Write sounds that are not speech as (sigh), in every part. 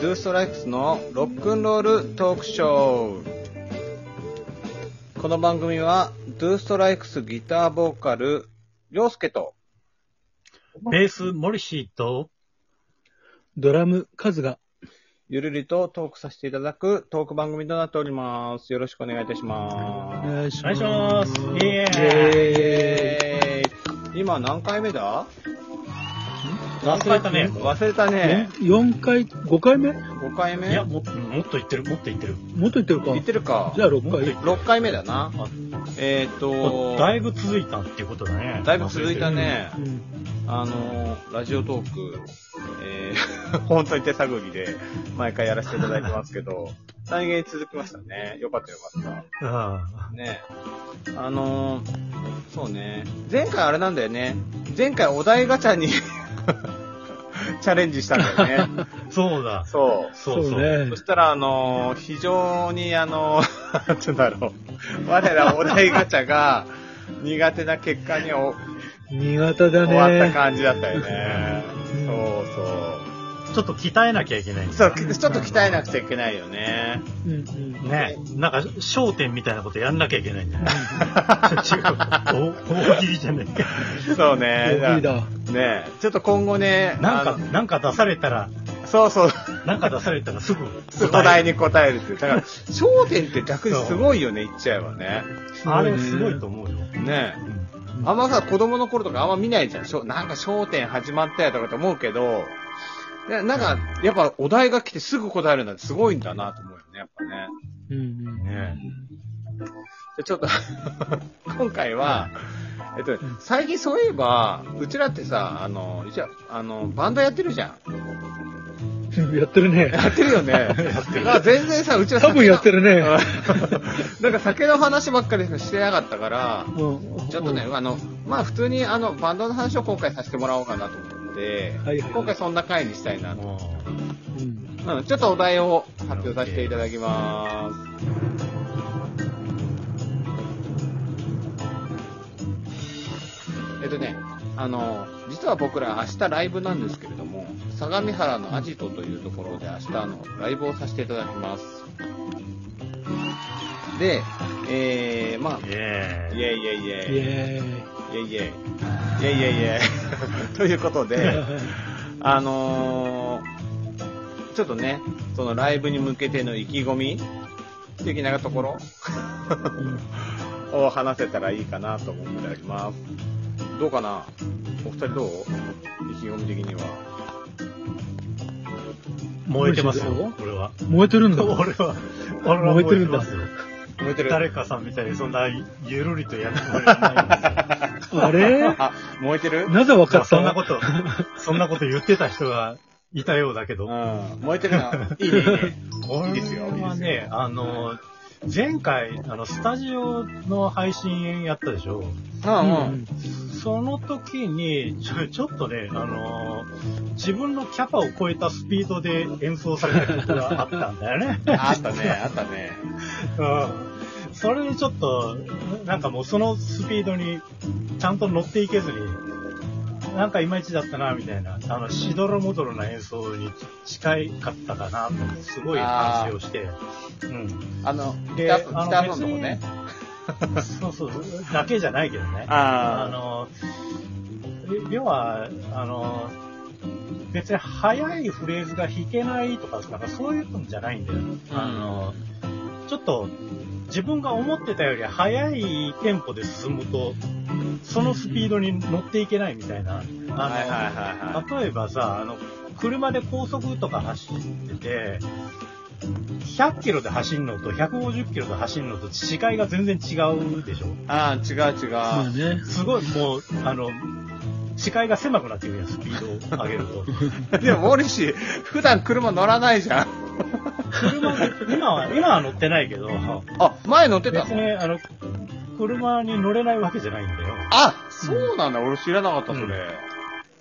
ドゥーストライクスのロックンロールトークショー。この番組は、ドゥーストライクスギターボーカル、りょうすけと、ベース、モリシーと、ドラム、カズが、ゆるりとトークさせていただくトーク番組となっております。よろしくお願いいたしおま願いしお願まいす。します。イエす。ーイ。えーイ今何回目だ忘れたね。も忘れたね。 4回、5回目もっ5回う目いや、もっと、もっと言ってる、もっと言ってる。と言ってるか。言ってるかじ。ゃあ6回。 6回目だな。えーっと、だいぶ続いたっていうことだね。だいぶ続いたね。うんあのーラジオトーク、えー (laughs) 本当に手探りで、毎回やらせていただいてますけど、大変続きましたね。よかったよかっ忘れてる。た。ねあのーそうね。前回あれなんだよね。前回お題ガチャに (laughs) 、チャレンジしたんだよね。うん。そうだ。そう。そうそそうう。ねそ。したら、あのー非常に、あの (laughs) ーなんて言うんだろう。我らお題ガチャが苦手な結果にお苦手だ終わったね。感じだったよね。うんそうそう。ちょっと鍛えなきゃいけない。そう、ちょっと鍛えなくちゃいけないよね。うんうんねなんか、焦点みたいなことやんなきゃいけないんだよね。 (laughs) 違う。大大喜利じゃない。そう大ね。喜利だ。ねちょっと今後ね、なんあか、なんか出されたら、のそうそう、なんか出されたらすぐお答え題る。に答えるっていう。だから、焦点って逆にすごいよね、言っちゃえばね。あれすごいと思うよ。ねあんまさ、子供の頃とかあんま見ないじゃん。しょなんか焦点始まったやとかと思うけど、でなんか、やっぱお題が来てすぐ答えるなんてすごいんだなと思うよね、やっぱね。うんうん。ねでちょっと、 (laughs) 今回は、えっと、最近そういえば、うちらってさ、あの、一応、あの、バンドやってるじゃん。やって (laughs) るね。やってるよね。やってる。全然さ、うちら多分やってる。るね。うん (laughs) なんか酒の話ばっかりしてなかったから、うんちょっとね、。あの、まあ普通にあの、バンドの話を今回させてもらおうかなと思って、はいはい今回そんな回にしたいなと。もうんうん、ちょっとお題を発表させていただきます。えっとね、あの、実は僕ら明日ライブなんですけれども、相模原のアジトというところで明日のライブをさせていただきます。で、えー、まうあ、イエーイイ。ェイイェイイェイイイェイエーイ。イェイイェイイェイイェイイェイ (laughs) ということで、あのー、ちょっとね、そのライブに向けての意気込み的なところ (laughs) を話せたらいいかなと思っております。どうかなお二人どう意気込み的には。燃えてますよ燃、俺は。燃えてるん (laughs) だ。俺は、俺は燃えてるんですよ。燃えてる (laughs) 誰かさんみたいにそんなゆるりとやるつもりはないんですよ。あれあ、燃えてるなぜ分かまあったそんなこと、そんなこと言ってた人がいたようだけうど、ん。燃えてるな。いいね、い (laughs) いね。俺いいですよいいはですね、あの、前回、あの、スタジオの配信やったでしょうんううんん。その時に、ちょ、ちょっとね、あの、自分のキャパを超えたスピードで演奏されたことがあったんだよね。あったね、あったね。うんそれでちょっと、なんかもうそのスピードにちゃんと乗っていけずに、なんかいまいちだったな、みたいな、あの、しどろもどろな演奏に近いかったかな、とすごい話をして、うん。あの、ギでターソン、あのギターソンのとこね。そうそう、だけじゃないけどね。ああの、え要は、あの、別に早いフレーズが弾けないとか、なんかそういうんじゃないんだよ。あの、ちょっと、自分が思ってたより早いテンポで進むと、そのスピードに乗っていけないみたいな。あのあはいはいはいはい。例えばさ、あの、車で高速とか走ってて、100キロで走るのと150キロで走るのと違いが全然違うでしょああ、違う違う。まあね。すごいもう、あの、視界が狭くなってくるやん、スピードを上げると。 (laughs) でも、モリシー、普段車乗らないじゃん。車で、今は、今は乗ってないけど、あ、前乗ってた別のに、あの、車に乗れないわけじゃないんだよ。あ、そうなんだ。俺知らなかった、それ。うん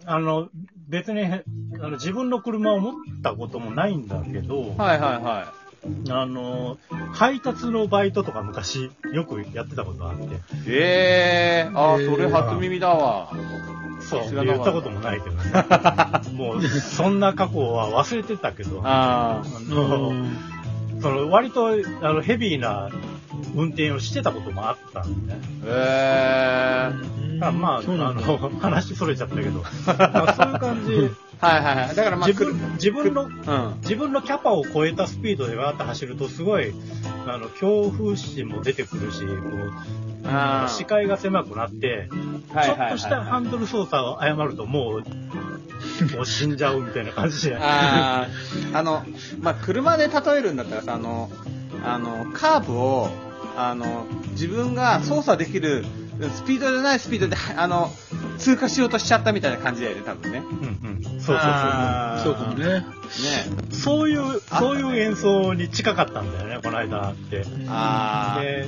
あの、別に、あの自分の車を持ったこともないんだけど、はいはいはあの、配達のバイトとか昔よくやってたことがあって、ええー、ああ、えーそれ初耳だわ。そう、知らな言っかたったこともないけど、もう、そんな過去は忘れてたけど、あああ、の、その割とあのヘビーな運転をしてたこともあったんでね。ええー。あまあ、あそうなんだ。の、 (laughs) 話それちゃったけ (laughs) ど、まあそういう感じ、はいはいはい。だからまあ、自くる分、自分の、うん。自分のキャパを超えたスピードでわーって走ると、すごい、あの、恐怖心も出てくるし、こあうー視界が狭くなって、はいはいはいちょっとしたハンドル操作を誤ると、 (laughs) もう、もう死んじゃうみたいな感じで。ああ、あの、まあ、車で例えるんだったらさ、あの、あの、カーブを、あの、自分が操作できる、スピードじゃないスピードで、はあの、通過しようとしちゃったみたいな感じだよね、多分ね。うんうん。そうそうそう。あーそうかも。ね。ね。そういう、そういう演奏に近かったんだよね、この間って。ああ、で、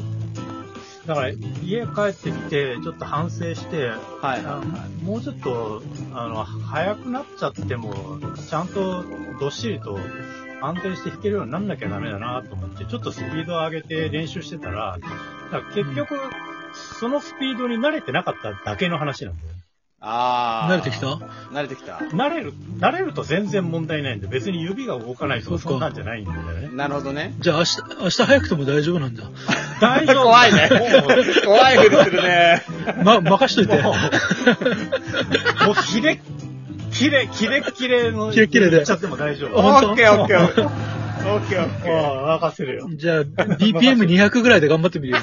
だから家帰ってきて、ちょっと反省しはいて、はいあはもうちょっと、あの、早くなっちゃっても、ちゃんとどっしりと安定して弾けるようになんなきゃダメだなと思って、ちょっとスピードを上げて練習してたら、だから結局、そのスピードに慣れてなかっただけの話なんだよ。ああ。慣れてきた慣れてきた。慣れる、慣れると全然問題ないんで、別に指が動かないとかそうかそんなんじゃないんだよね。なるほどね。じゃあ明日、明日早くても大丈夫なんだ。大丈夫。 (laughs) 怖 (laughs) いねもう怖いふりするね。ま、任しといて。ももうキレ、キレ、キレッキレの、キレッキレで言っちゃっても大丈オ夫。あ本当ッケーオッケーオッケー。オッケーオッケー。ああ、任せるよ。 (laughs) じゃあ、BPM200 ぐらいで頑張ってみるよ。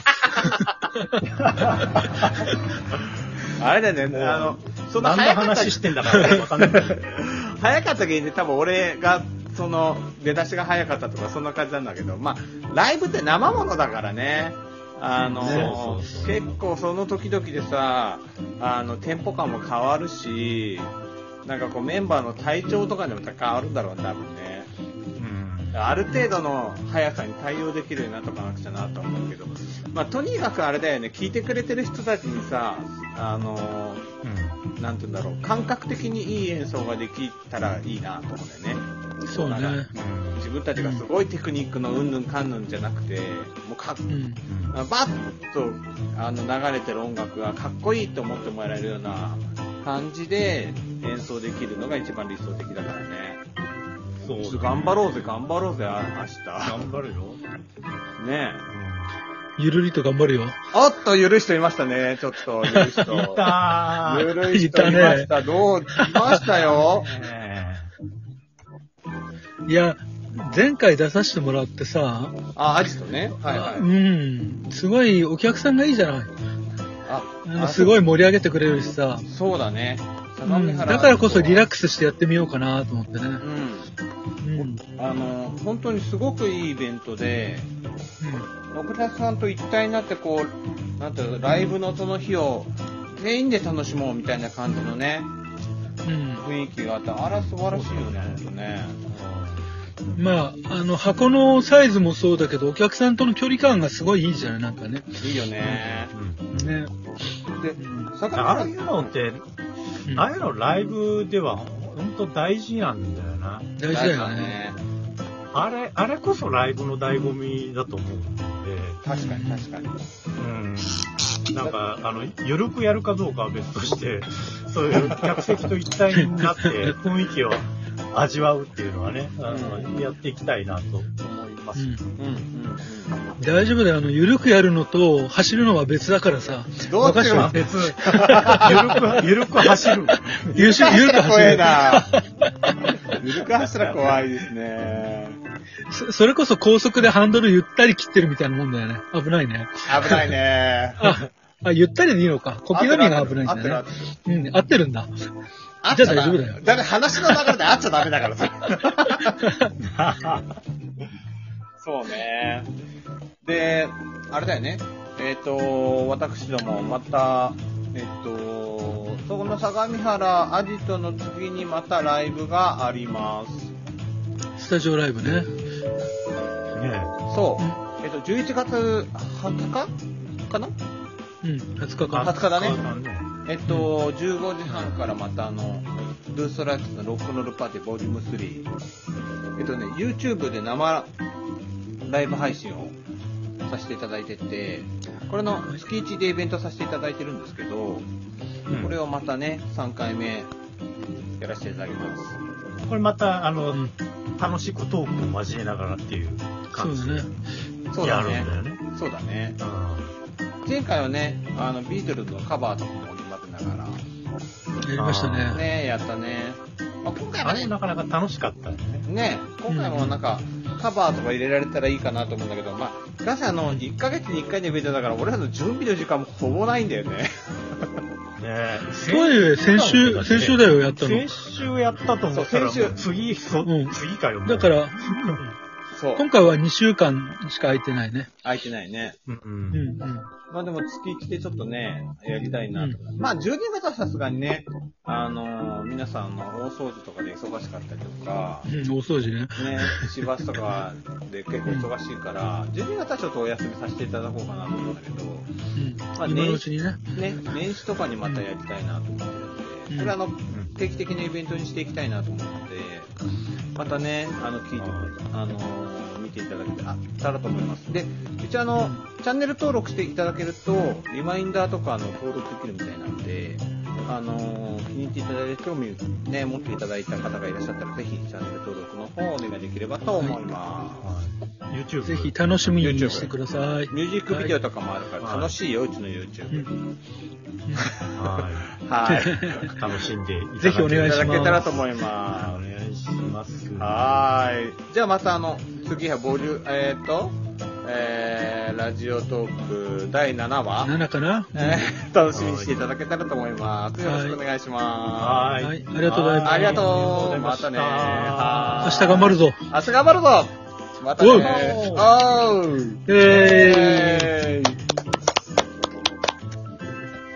あれだよね、もうあの、そんな早何のかった話してんだから、わかんない。 (laughs) 早かった原因で多分俺が、その、出だしが早かったとか、そんな感じなんだけど、まあ、ライブって生ものだからね。あの、そうそうそう結構その時々でさ、あの、テンポ感も変わるし、なんかこうメンバーの体調とかにも変わるんだろうね、多分ね。うんある程度の速さに対応できるようになっとかなくちゃなと思うけど、まあ、とにかくあれだよね、聞いてくれてる人たちにさ、あのーなんて言うんだろう、感覚的にいい演奏ができたらいいなと思うんだよね。 (laughs) そうだからね。うん自分たちがすごいテクニックのうんぬんかんぬんじゃなくて、もうかっうん。バッとあの流れてる音楽がかっこいいと思ってもらえるような感じで演奏できるのが一番理想的だからね。そうちょっとだね頑張ろうぜ、頑張ろうぜ、あ明頑張るよ。日。ねえ。ゆるりと頑張るよ。おっと、ゆるい人いましたね、ちょっと、ゆ (laughs) るい人。いたゆー。るい人いまいしたた。どう、いましたよ。ねいや、前回出させてもらってさ、あ、アジトね。はいはうい。ん、すごいお客さんがいいじゃない。あのすごい。い盛り上げてくれるしさ。そうだね。相う模ん原だからこそリラッククスしてやってみようかなと思ってねス。うん。うん。うんあの、本当にすごくいいイベントで、奥田さんと一体になってこう、なんていうのライブのその日を全員で楽しもうみたいな感じのね、うん雰囲気があって、あら素晴らしいよね、ほんとね。まあ、あの、箱のサイズもそうだけど、お客さんとの距離感がすごいいいじゃない、なんかね。いいよねえ。うんね。で、うん相模あ原あいうのって、うんああいうのライブでは本当大事なんだよな。大事だよね。。あれ、あれこそライブの醍醐味だと思うんで。確かに確かに。うんなんか、あの、ゆるくやるかどうかは別として、そういう客席と一体に (laughs) なって雰囲気を味わうっていうのはね、あの、やっていきたいなと思います。 (laughs) うんうんうんうん。大丈夫だよ。あの、ゆるくやるのと走るのは別だからさ。どうし任しよとうい。 (laughs) 別、ゆるく、ゆるく走 (laughs) る。てゆるしゆるく走る。ゆるく走ら怖いですね。そそれこそ高速でハンドルゆったり切ってるみたいなもんだよね。危ないね。危ない (laughs) ね。あ、あゆったりでいいのか。小刻みが危ないん合ってる合っだねて。るうん、合ってるんだ。合っじてゃるあ大丈夫だよだって話の流れで会っちゃダメだからさ。そうね。で、あれだよね。えっ、と、私ども、また、えっ、と、そこの相模原アジトの次にまたライブがあります。スタジオライブね。ねそううん。えっと、11月20日かなうん、20日あか。 20日だねねえっと、15時半からまたあの、ルーストライクスのロックノールパーティーボリューム3。えっとね、YouTube で生ライブ配信をさせていただいてて、これの月1でイベントさせていただいてるんですけど、これをまたね、3回目やらせていただきます。これまた、あの、うん楽しくトークを交えながらっていうそ感うじだでね。そうだやるんねだ。よね。そうだね。うん前回はね、あの、ビートルズのカバーとかも織り交ぜながやりましたら、ね。ね、やったね。まあ、今回あはれね、なかなか楽しかったよね。ね、今回もなんか、カバーとか入れられたらいいかなと思うんだけど、まあ、ガサの1ヶ月に1回のイベントだから、俺らの準備の時間もほぼないんだよね。ねえすごいね、先週、先週だよ、やったの。先週やったと思ったら、そう先週次、そうん次かよ。もうだか、ら、 (laughs) そう。今回は2週間しか空いてないね。 (laughs) 空いてないね。うんううんんうん。まあでも月1でちょっとね、やりたいなとか。まあ12月はさすがにね、あのー皆さんの大掃除とかで忙しかったりとか、うん、お掃除ね。ね、市バスとかで結構忙しいから、12月はちょっとお休みさせていただこうかなと思うんだけど、うん。まあ今のうちにね。ね、年始とかにまたやりたいなと思ってるんうで、んこれあの、定期的なイベントにしていきたいなと思うので、またね、あの、聞いて、あのー見ていただけたらと思います。で、一応あの、チャンネル登録していただけると、リマインダーとかあの登録できるみたいなので、あのー気に入っていただいて、興味をね、持っていただいた方がいらっしゃったら、ぜひチャンネル登録の方をお願いできればと思います。はい YouTube。ぜひ楽しみにしてください。ミュージックビデオとかもあるから、はい楽しいよ、うちのう YouTube。ん。は (laughs) はい。い。楽しんでいただけぜひお願いいしますただけたらと思いはまいお願いします。す。はーい。じゃあまたあの、次はボリュ、えー、と、えー、ラジオトーク第7話、 7かなえー楽しみにしていただけたらと思います。よろしくお願いしまはい。はいありがとうございますす。ありがありがとうごとざう。いまましたたね。はー明い日頑張るぞ。明日頑張るぞまたね。おうおうおうえー。えー